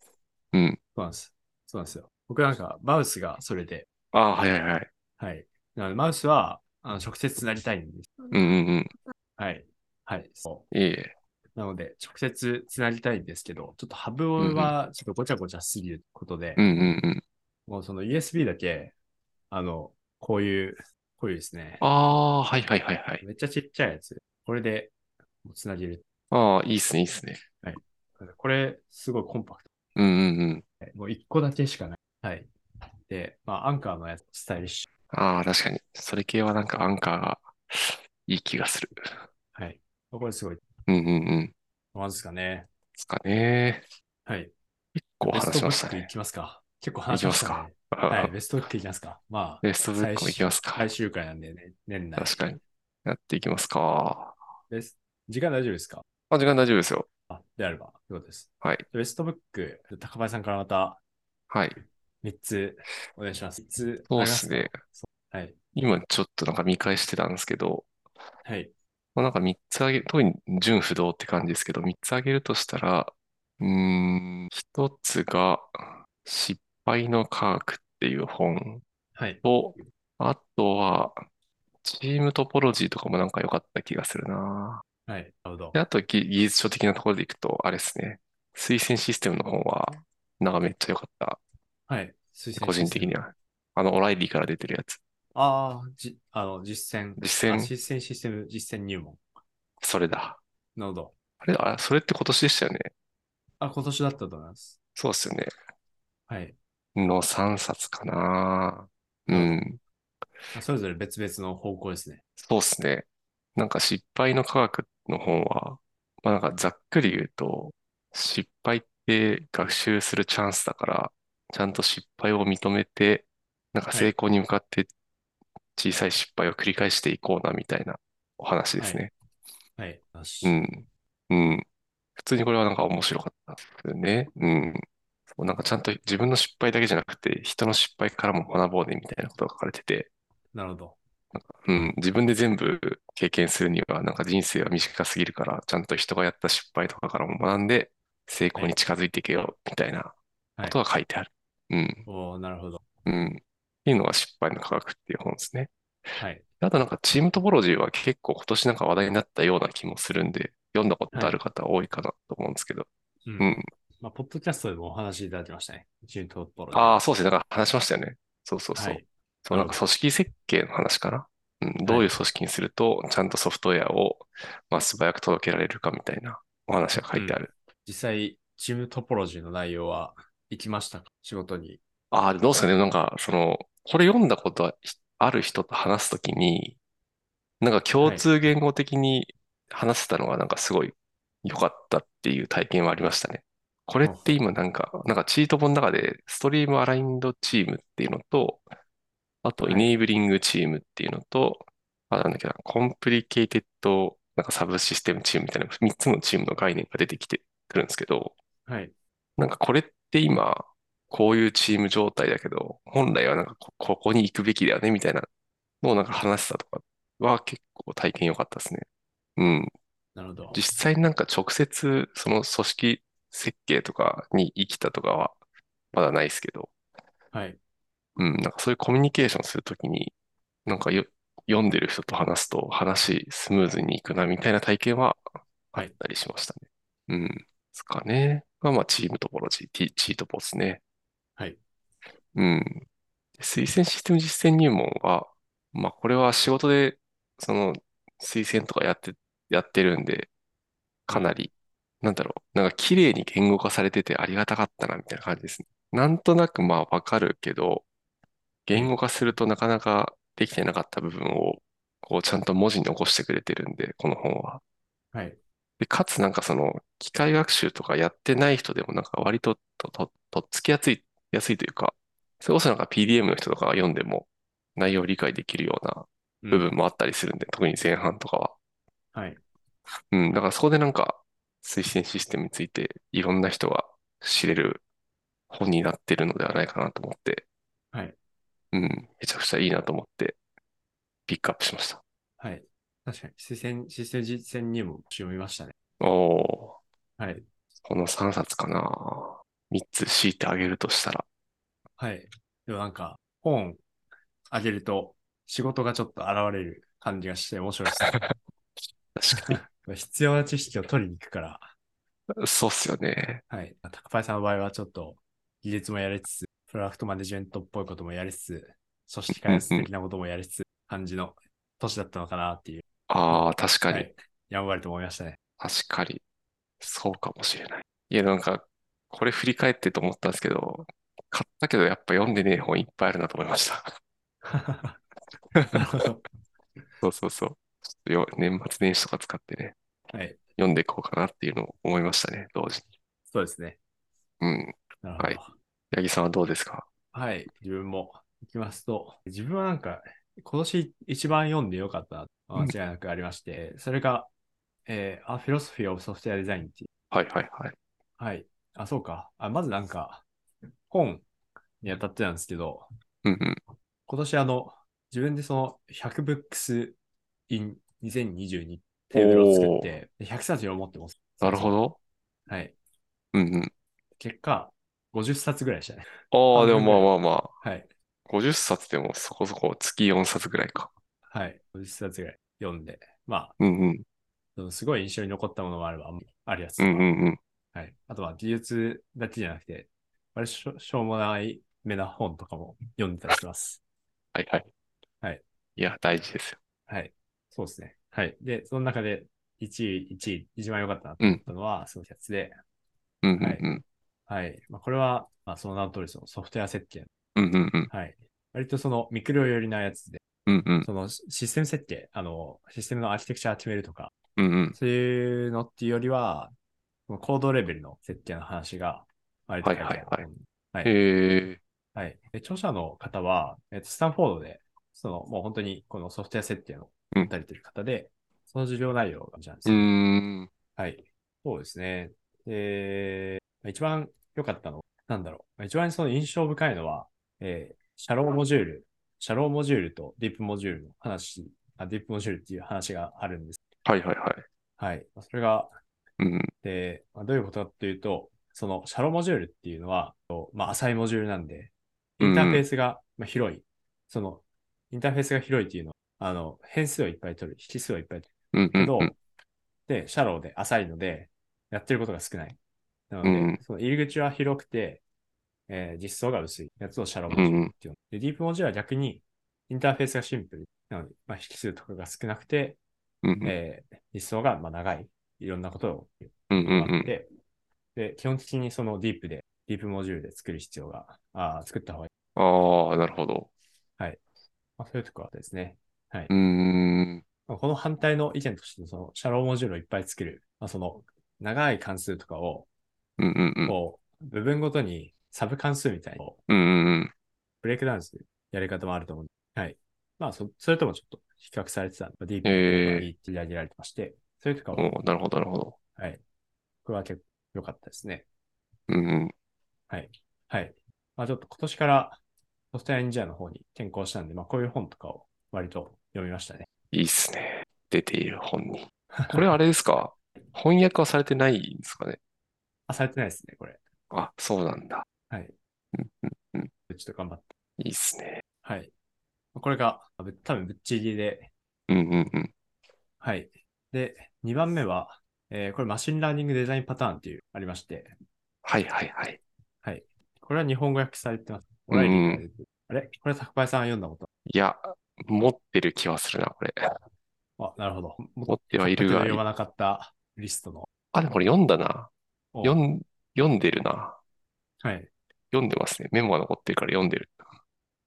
Speaker 2: うん。
Speaker 1: そうなんです。そうなんですよ。僕なんかマウスがそれで、
Speaker 2: ああ、はいはいはい。
Speaker 1: はい。なのでマウスはあの直接つなりたいんです。
Speaker 2: うんうんうん。
Speaker 1: はい。はい。そ
Speaker 2: いえいえ。
Speaker 1: う。なので、直接つなぎたいんですけど、ちょっとハブはちょっとごちゃごちゃしすぎることで、
Speaker 2: うんうんうん。
Speaker 1: もうその USB だけ、あの、こういう、こういうですね。
Speaker 2: ああー、はいはいはいはい。
Speaker 1: めっちゃちっちゃいやつ。これで、つなげる。
Speaker 2: ああ、いいっすね、いいっすね。
Speaker 1: これ、すごいコンパクト。
Speaker 2: うんうんうん。
Speaker 1: もう一個だけしかない。はい。で、まあ、アンカーのやつ、スタイリッシ
Speaker 2: ああ、確かに。それ系はなんかアンカーがいい気がする。
Speaker 1: ュ。はい。これすごい。
Speaker 2: うんうんうん。で
Speaker 1: まずですかね。
Speaker 2: すかね。
Speaker 1: はい。
Speaker 2: 結構
Speaker 1: ベス
Speaker 2: 話
Speaker 1: ト
Speaker 2: し
Speaker 1: ブ
Speaker 2: まし
Speaker 1: ッ
Speaker 2: た
Speaker 1: クい
Speaker 2: ね。
Speaker 1: きますか。結構話しました、ね。
Speaker 2: い
Speaker 1: はい。ベストブックいきますか。まあ、
Speaker 2: ベストブックもいきますか
Speaker 1: 最。終回なんでね、年内。
Speaker 2: 確かに。やっていきますか。
Speaker 1: です。時間大丈夫ですか
Speaker 2: あ、時間大丈夫ですよ。
Speaker 1: あ、であれば、ということです。
Speaker 2: はい。
Speaker 1: ベストブック、高林さんからまた
Speaker 2: はい。
Speaker 1: 3つお願いします。3つ
Speaker 2: そう
Speaker 1: あ
Speaker 2: で
Speaker 1: りますすか。
Speaker 2: ね。
Speaker 1: はい。
Speaker 2: 今ちょっとなんか見返してたんですけど、
Speaker 1: はい。
Speaker 2: まあ、なんか3つあげる、特に純不動って感じですけど、3つあげるとしたら、うーん、1つが、失敗の科学っていう本
Speaker 1: はい。
Speaker 2: と、あとは、チームトポロジーとかもなんか良かった気がする
Speaker 1: は
Speaker 2: な。
Speaker 1: い。なるほど
Speaker 2: で、。あと技、技術書的なところでいくと、あれですね。推薦システムの本は、なんかめっちゃ良かった。
Speaker 1: はい。推薦
Speaker 2: 個人的に
Speaker 1: は。
Speaker 2: は。あの、オライリーから出てるやつ。
Speaker 1: ああ、じ、あの、実践。
Speaker 2: 実
Speaker 1: あ
Speaker 2: 践、
Speaker 1: 実践システム、実践入門。
Speaker 2: それだ。
Speaker 1: なるほど。
Speaker 2: あれ、あ、それって今年でしたよね。
Speaker 1: あ、今年だったと思います。
Speaker 2: そうっすよね。
Speaker 1: はい。
Speaker 2: の3冊かな。う。
Speaker 1: うんまあそれぞれ別々の方向ですね。
Speaker 2: そうっすね。なんか失敗の科学の本は、まあなんかざっくり言うと、失敗って学習するチャンスだから、ちゃんと失敗を認めて、なんか
Speaker 1: はい
Speaker 2: 成功に向かって小さい失敗を繰り返していこうなみたいなお話ですね。
Speaker 1: はい。
Speaker 2: うん。うん。普通にこれはなんか面白かったですよね。うん。そうなんかちゃんと自分の失敗だけじゃなくて、人の失敗からも学ぼうねみたいなことが書かれてて、
Speaker 1: なるほど。
Speaker 2: うん、自分で全部経験するには、なんか人生は短すぎるから、ちゃんと人がやった失敗とかからも学んで、成功に近づいていけよ、みたいな
Speaker 1: はい
Speaker 2: ことが書いてある。うん、
Speaker 1: おーなるほど。
Speaker 2: うん。っていうのが失敗の科学っていう本ですね。
Speaker 1: はい。
Speaker 2: あとなんかチームトポロジーは結構今年なんか話題になったような気もするんで、読んだことある方多いかなと思うんですけど。
Speaker 1: うん
Speaker 2: うん。
Speaker 1: まあ、ポッドキャストでもお話しいただきましたね。チームトップ
Speaker 2: あ
Speaker 1: あ、
Speaker 2: あ、そうですね。なんか話しましたよね。そうそうそう。
Speaker 1: はい。
Speaker 2: そう、なんか組織設計の話かな。うん、どういう組織にすると、ちゃんとソフトウェアを、まあ、素早く届けられるかみたいなお話が書いてある。
Speaker 1: 実際、チームトポロジーの内容は行きましたか仕事に。
Speaker 2: ああ、どうですかね。なんか、その、これ読んだことある人と話すときに、なんか共通言語的に話せたのがなんかすごい良かったっていう体験はありましたね。これって今なんか、なんかチート本の中で、ストリームアラインドチームっていうのと、あと、
Speaker 1: はい
Speaker 2: イネイブリングチームっていうのと、あ、なんだっけな、コンプリケイテッド、なんかサブシステムチームみたいな3つのチームの概念が出てきてくるんですけど、
Speaker 1: はい。
Speaker 2: なんかこれって今、こういうチーム状態だけど、本来はなんかこ、ここに行くべきだよねみたいなのをなんか話したとかは結構体験良かったですね。うん。
Speaker 1: なるほど。
Speaker 2: 実際になんか直接その組織設計とかに生きたとかはまだないですけど、
Speaker 1: はい。
Speaker 2: うん、なんかそういうコミュニケーションするときに、なんかよ、読んでる人と話すと話スムーズにいくなみたいな体験はあ
Speaker 1: はい
Speaker 2: ったりしましたね。うん。ですかね。まあまあチームトポロジー、チチートポですね。
Speaker 1: はい。
Speaker 2: うん。推薦システム実践入門は、まあこれは仕事で、その、推薦とかやって、やってるんで、かなり、なんだろう、なんか綺麗に言語化されててありがたかったな、みたいな感じですね。なんとなくまあわかるけど、言語化するとなかなかできてなかった部分を、こうちゃんと文字に起こしてくれてるんで、この本は。
Speaker 1: はい。
Speaker 2: で、かつなんかその、機械学習とかやってない人でもなんか割とと、と、とっつきやすい、やすいというか、それこそなんか PDM の人とかが読んでも内容を理解できるような
Speaker 1: うん
Speaker 2: 部分もあったりするんで、特に前半とかは。
Speaker 1: はい。
Speaker 2: うん、だからそこでなんか推薦システムについていろんな人が知れる本になってるのではないかなと思って、
Speaker 1: はい。
Speaker 2: うん、めちゃくちゃいいなと思ってピックアップしました。
Speaker 1: はい。確かに、推薦、推薦実践入門読みましたね。
Speaker 2: おー。
Speaker 1: はい。
Speaker 2: この3冊かな。3つ強いてあげるとしたら。
Speaker 1: はい。でもなんか、本あげると、仕事がちょっと現れる感じがして面白いですね。
Speaker 2: 確か
Speaker 1: 必要な知識を取りに行くから、
Speaker 2: に。そうっすよね。
Speaker 1: はい。高パイさんの場合はちょっと技術もやりつつ、プロダクトマネジメントっぽいこともやりつつ、組織開発的なこともやりつつ、感じの年だったのかなっていう、
Speaker 2: ああ、確かに。
Speaker 1: はいやんわりと思いま したね。
Speaker 2: 確かに。そうかもしれない。いや、なんか、これ振り返ってと思ったんですけど、買ったけどやっぱ読んでねえ本いっぱいあるなと思いました。
Speaker 1: なるほど。
Speaker 2: そうそうそう。ちょっとよ年末年始とか使ってね、
Speaker 1: はい。
Speaker 2: 読んでいこうかなっていうのを思いましたね、同時
Speaker 1: そうですね。
Speaker 2: に。うん。
Speaker 1: なるほど。
Speaker 2: はい八木さんはどうですか
Speaker 1: はい、自分も行きますと、自分はなんか、今年一番読んでよかったのは間違いなくありまして、それが、えー、A Philosophy of Software Design っていう。
Speaker 2: はいはいはい。
Speaker 1: はい。あ、そうか。あまずなんか、本に当たってなんですけど、
Speaker 2: うんうん。
Speaker 1: 今年あの、自分でその 100books in 2022テーブルを作って、で100冊を持ってます。
Speaker 2: なるほど。
Speaker 1: ど。はい。
Speaker 2: うんうん。
Speaker 1: 結果、50冊ぐらいでしたね。
Speaker 2: ああ、でもまあまあまあ、
Speaker 1: はい。
Speaker 2: 50冊でもそこそこ月4冊ぐらいか。
Speaker 1: はい。50冊ぐらい読んで、まあ、
Speaker 2: うんうん。
Speaker 1: そのすごい印象に残ったものもあれば、あるやつと
Speaker 2: う
Speaker 1: か、
Speaker 2: んうんうん。
Speaker 1: はい。あとは技術だけじゃなくて、割としょしょうもない目な本とかも読んでたりします。
Speaker 2: はいはい。
Speaker 1: はい。
Speaker 2: いや、大事ですよ。
Speaker 1: はい。そうですね。はい。で、その中で1位、1位、一番良かったなと思ったのは、そのやつで、
Speaker 2: うんうん
Speaker 1: はい
Speaker 2: うん。
Speaker 1: はい。まあ、これは、まあ、その名の通り、そのソフトウェア設計。
Speaker 2: うんうんうん。
Speaker 1: はい。割とそのミクロ寄りなやつで、
Speaker 2: うんうん。
Speaker 1: そのシシステム設計、あの、システムのアーキテクチャ決めるとか、
Speaker 2: うんうん。
Speaker 1: そういうのっていうよりは、そのコードレベルの設計の話が割と書いてある
Speaker 2: はいはい
Speaker 1: はい
Speaker 2: へえ。
Speaker 1: はい。で、著者の方は、えっと、スタンフォードで、その、もう本当にこのソフトウェア設定の
Speaker 2: うん
Speaker 1: たれてる方で、その授業内容がじゃんです
Speaker 2: うー
Speaker 1: よ、
Speaker 2: ん。
Speaker 1: はい。そうですね。で、まあ一番良かったの、なんだろう。まあ一番その印象深いのは、えーシャローモジュール、シャローモジュールとディープモジュールの話、あディープモジュールっていう話があるんです。
Speaker 2: はいはいはい。
Speaker 1: はい。まあそれが、
Speaker 2: うんうん。
Speaker 1: で、まあ、どういうことかというと、そのシャローモジュールっていうのは、とまあ、浅いモジュールなんで、インターフェースがまあ広い、そのインターフェースが広いっていうのは、あの、変数をいっぱい取る、引数をいっぱい取る
Speaker 2: うんうん
Speaker 1: けど、
Speaker 2: うん。
Speaker 1: で、シャローで浅いので、やってることが少ない。なので、
Speaker 2: うん
Speaker 1: その入り口は広くて、えー実装が薄いやつをシャローモ
Speaker 2: う
Speaker 1: ジュール
Speaker 2: んうん。
Speaker 1: っていうので、ディープモジュールは逆に、インターフェースがシンプル。なので、まあ、引数とかが少なくて、
Speaker 2: うんうん。
Speaker 1: えー実装がまあ長い。いろんなことを
Speaker 2: うんうんう
Speaker 1: あっ
Speaker 2: ん。
Speaker 1: て、で、基本的にそのディープで、ディープモジュールで作る必要が、あー作った方がいい。
Speaker 2: ああ、なるほど。
Speaker 1: まあ、そういうところですね。はい。
Speaker 2: うーん。
Speaker 1: まあこの反対の意見として、その、シャローモジュールをいっぱい作る、まあ、その、長い関数とかを、
Speaker 2: うんうんうん。
Speaker 1: こう、部分ごとにサブ関数みたいに、こう
Speaker 2: うんうんうん。
Speaker 1: ブレイクダウンするやり方もあると思うんで。はい。まあそ、それともちょっと比較されてたので、ディープ
Speaker 2: ええ
Speaker 1: の方がいいって挙げられてまして、そういうところは、
Speaker 2: おーなるほど、なるほど。
Speaker 1: はい。これは結構良かったですね。
Speaker 2: うんうん。
Speaker 1: はい。まあちょっと今年からソフトウェアエンジニアの方に転校したんで、まあこういう本とかを割と読みましたね。
Speaker 2: いいっすね。出ている本に。これあれですか翻訳はされてないんですかね
Speaker 1: あ、されてないですね、これ。
Speaker 2: あ、そうなんだ。
Speaker 1: はい。
Speaker 2: うんうんうん。
Speaker 1: うちょっと頑張って。
Speaker 2: いいっすね。
Speaker 1: はい。これが、ぶ多分ぶっちぎりで、
Speaker 2: うんうんうん。
Speaker 1: はい。で、2番目は、えーこれマシンラーニングデザインパターンっていうありまして、
Speaker 2: はいはいはい。
Speaker 1: これは日本語訳されてます。
Speaker 2: うん
Speaker 1: オライリーが出てるあれこれ、高林さんが読んだこと
Speaker 2: いや、持ってる気はするな、これ。
Speaker 1: あ、なるほど。も
Speaker 2: 持ってはいる
Speaker 1: ちょっと
Speaker 2: が。
Speaker 1: 読まなかったリストの。
Speaker 2: あ、でもこれ読んだな。
Speaker 1: お
Speaker 2: 読ん、読んでるな。
Speaker 1: はい。
Speaker 2: 読んでますね。メモが残ってるから読んでる。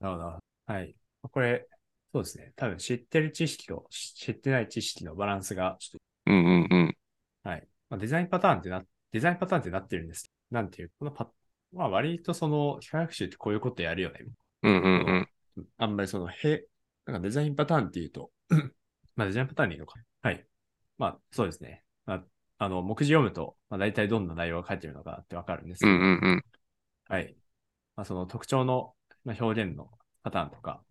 Speaker 1: なるほど。はい。これ、そうですね。多分知ってる知識とし知ってない知識のバランスが、ちょっ
Speaker 2: うんうんうん。
Speaker 1: と、はい。まあ、デザインパターンってな、デザインパターンってなってるんですけどなんていう、このパ、まあ割とその、機械学習ってこういうことやるよね。
Speaker 2: うんうんうん。
Speaker 1: あんまりその、へ、なんかデザインパターンっていうと、 まあデザインパターンでいいのか。はい。まあそうですね。まあ、あの、目次読むと、まあ大体どんな内容が書いてるのかってわかるんです
Speaker 2: う
Speaker 1: けど
Speaker 2: んうんうん。
Speaker 1: はい。まあその特徴のまあ表現のパターンとか、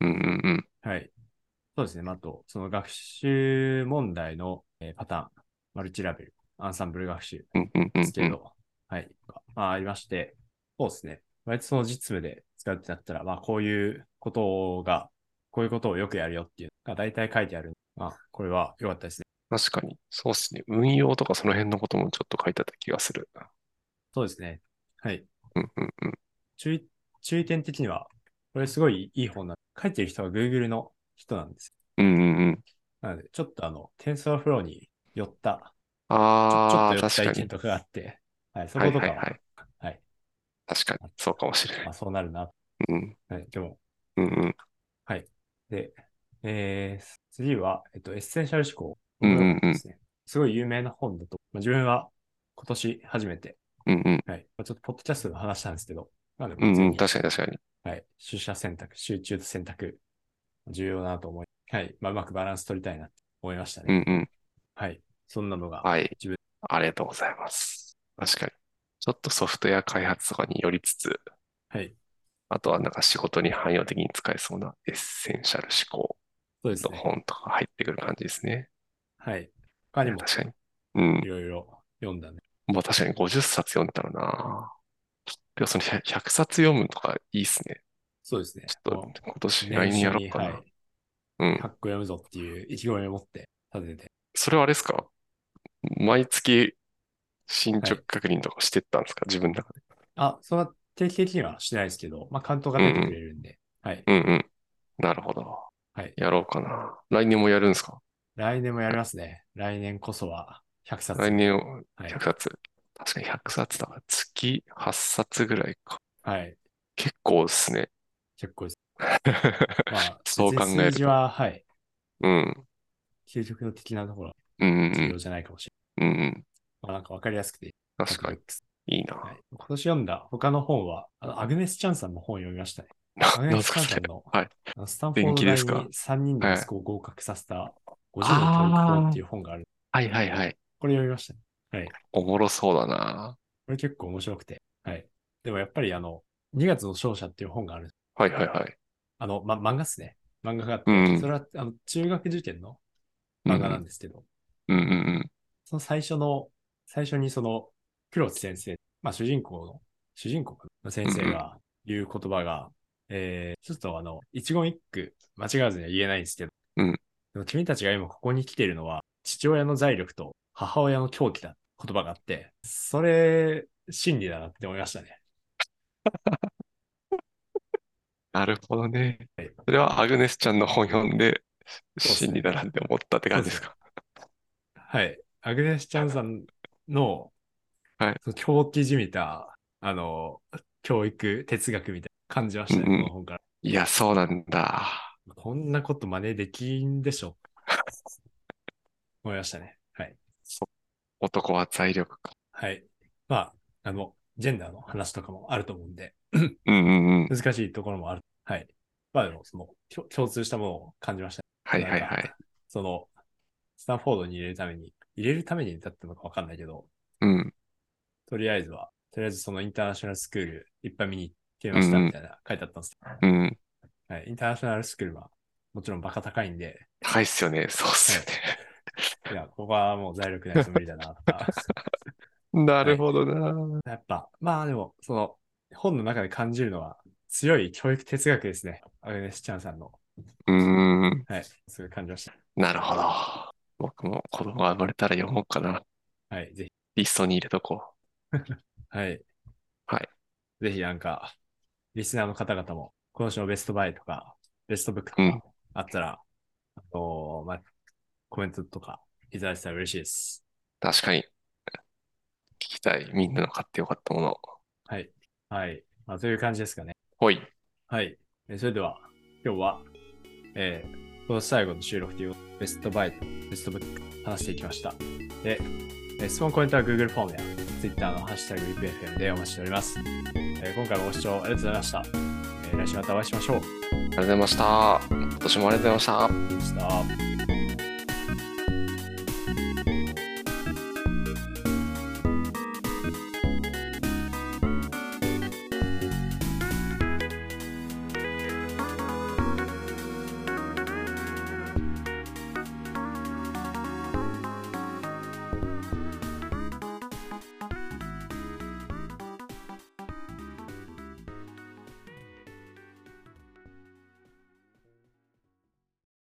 Speaker 2: うんうんうん。
Speaker 1: はい。そうですね。まああと、その学習問題の、えーパターン、マルチラベル、アンサンブル学習
Speaker 2: うんうんうん
Speaker 1: ですけ
Speaker 2: うん。
Speaker 1: ど、はい。まあ、ありまして、そうですね。割とその実務で使うってなったら、まあ、こういうことがこういうことをよくやるよっていうのが大体書いてある。あ、これは良かったですね。
Speaker 2: 確かに。そうっすね。運用とかその辺のこともちょっと書いてあった気がする。
Speaker 1: そうですね。はい。
Speaker 2: うんうんうん。
Speaker 1: 注意、注意点的には、これすごいいい本なんで、書いてる人は Google の人なんです。
Speaker 2: うんうんうん。
Speaker 1: なので、ちょっとあの、TensorFlow に寄った、ちょちょ
Speaker 2: あ
Speaker 1: っと寄
Speaker 2: あ、
Speaker 1: っ
Speaker 2: 確
Speaker 1: た
Speaker 2: か
Speaker 1: 意
Speaker 2: に
Speaker 1: 見。とかがあって、はい、そ
Speaker 2: は
Speaker 1: こ
Speaker 2: い
Speaker 1: と
Speaker 2: は
Speaker 1: かは、
Speaker 2: いはい。
Speaker 1: はい
Speaker 2: 確かに。そうかもしれない。
Speaker 1: まあそうなるな。
Speaker 2: うん。
Speaker 1: はい、でも、
Speaker 2: うんうん。
Speaker 1: で、えー、次は、えっと、エッセンシャル思考。
Speaker 2: うんうんうん
Speaker 1: ですね。すごい有名な本だと、まあ、自分は今年初めて、
Speaker 2: うんうん。
Speaker 1: はい、まあちょっとポッドキャストでも話したんですけど、まあでも普
Speaker 2: うん
Speaker 1: 通
Speaker 2: う
Speaker 1: に
Speaker 2: ん。確かに確かに。
Speaker 1: はい、取捨選択、集中と選択、重要だなと思い、はい、まあ、うまくバランス取りたいなと思いました
Speaker 2: う
Speaker 1: ね。
Speaker 2: んうん。
Speaker 1: はい、そんなのが、
Speaker 2: はい
Speaker 1: 自分。
Speaker 2: ありがとうございます。確かに。ちょっとソフトウェア開発とかによりつつ、
Speaker 1: はい、
Speaker 2: あとはなんか仕事に汎用的に使えそうなエッセンシャル思考
Speaker 1: そうです
Speaker 2: の
Speaker 1: ね。
Speaker 2: 本とか入ってくる感じですね。
Speaker 1: はい。他にも
Speaker 2: 確かに。うん
Speaker 1: い。ろいろ読んだね。
Speaker 2: まあ確かに50冊読んだらな。でもその 100, 100冊読むとかいいっすね。
Speaker 1: そうですね。
Speaker 2: ちょっと
Speaker 1: もう
Speaker 2: 今年来年やろうかな。
Speaker 1: 年始に
Speaker 2: う
Speaker 1: はい、
Speaker 2: ん。
Speaker 1: かっこ読むぞっていう意気込みを持って立てて、
Speaker 2: それはあれですか毎月進捗確認とかしてったんですか、自分の中で。
Speaker 1: あ、そんな定期的にはしないですけど、まあ、関東が出てくれるんで、はい。
Speaker 2: うんうん。なるほど。
Speaker 1: はい
Speaker 2: やろうかな。来年もやるんですか
Speaker 1: 来年もやりますね。来年こそは100冊。
Speaker 2: 来年を
Speaker 1: はい
Speaker 2: 100冊。確かに100冊だから月8冊ぐらいか。
Speaker 1: はい。
Speaker 2: 結構ですね。、
Speaker 1: 結構です。 まあ
Speaker 2: そう考えると
Speaker 1: 別に数字は、はい。
Speaker 2: うん。
Speaker 1: 究極の的なところは
Speaker 2: うんうんう
Speaker 1: 重
Speaker 2: ん
Speaker 1: 要じゃないかもしれ
Speaker 2: うんうん。
Speaker 1: ない。まあ、なんかわかりやすくていい。
Speaker 2: 確かに。いいな。
Speaker 1: はい今年読んだ他の本は、あのアグネス・チャンさんの本を読みましたね。
Speaker 2: な、
Speaker 1: アグ
Speaker 2: なん
Speaker 1: ネ
Speaker 2: す
Speaker 1: ス・
Speaker 2: か
Speaker 1: チャンさ
Speaker 2: そ
Speaker 1: ん
Speaker 2: れ。
Speaker 1: の
Speaker 2: はい
Speaker 1: あのスタンフォ
Speaker 2: 電気です
Speaker 1: ード
Speaker 2: か
Speaker 1: 大に3人の息子を合格させた50の教育法っていう本がある。
Speaker 2: はいはいはい。
Speaker 1: これ読みましたね。はい。
Speaker 2: おもろそうだな。
Speaker 1: これ結構面白くて。はい。でもやっぱりあの、2月の勝者っていう本がある。
Speaker 2: はいはいはい。
Speaker 1: あの、ま、漫画っすね。漫画があって、
Speaker 2: うん
Speaker 1: それはあの中学受験の
Speaker 2: うん
Speaker 1: 漫画なんですけど、
Speaker 2: うんうんうん。
Speaker 1: その最初の、最初にその、黒津先生、まあ主人公の、主人公かな先生が言う言葉が、えー、ちょっとあの、一言一句間違わずには言えないんですけど、
Speaker 2: うん
Speaker 1: でも君たちが今ここに来ているのは、父親の財力と母親の狂気だ言葉があって、それ、真理だなって思いましたね。
Speaker 2: なるほどね
Speaker 1: はい。
Speaker 2: それはアグネスちゃんの本読んで、
Speaker 1: そうっすね
Speaker 2: 真理だなって思ったって感じですか。
Speaker 1: はい。アグネス・チャンさんの、
Speaker 2: はい
Speaker 1: その狂気じみた、あの、教育、哲学みたいな感じましたね、
Speaker 2: うんうん
Speaker 1: この本から。
Speaker 2: いや、そうなんだ。
Speaker 1: こんなこと真似できんでしょ。 思いましたね。はい。
Speaker 2: 男は財力か。
Speaker 1: はい。まあ、あの、ジェンダーの話とかもあると思うんで、
Speaker 2: うんうんうん。
Speaker 1: 難しいところもある。はい。まあでも、その、きょ共通したものを感じました。
Speaker 2: はいはい
Speaker 1: なん
Speaker 2: は
Speaker 1: か
Speaker 2: い。
Speaker 1: その、スタンフォードに入れるために、入れるためにだったのかわかんないけど、
Speaker 2: うん。
Speaker 1: とりあえずは、とりあえずそのインターナショナルスクールいっぱい見に行ってましたみたいな書いてあったんです、
Speaker 2: うん。
Speaker 1: はい。インターナショナルスクールはもちろんバカ高いんで、
Speaker 2: 高いっすよね。そうっすよ
Speaker 1: いや、ここはもう財力ないと無理だなと か。
Speaker 2: ね。なるほどな。
Speaker 1: やっぱ、まあでも、その、本の中で感じるのは強い教育哲学ですね。アグネス・チャンさんの。
Speaker 2: うんうん。
Speaker 1: はい。すごい感じました。
Speaker 2: なるほど。僕も子供が生まれたら読もうかな。
Speaker 1: はい。ぜひ。
Speaker 2: リストに入れとこ
Speaker 1: はい。
Speaker 2: はい。
Speaker 1: ぜひなんか、リスナーの方々も、今週のベストバイとか、ベストブックとかあったら、あのーまあ、コメントとかいただけたら嬉しいです。
Speaker 2: う。確かに。聞きたい。みんなの買ってよかったもの。
Speaker 1: はい。はい。まあ、という感じですかね。
Speaker 2: ほい。
Speaker 1: はい。えそれでは、今日は、えー、この最後の収録というベストバイとベストブック話していきました。で、えー質問コメントは Google フォームや Twitter のハッシュタグ UPFM でお待ちしております。えー今回もご視聴ありがとうございました。えー来週またお会いしましょう。
Speaker 2: ありがとうございました。今年もありがとうございました。
Speaker 1: さよなら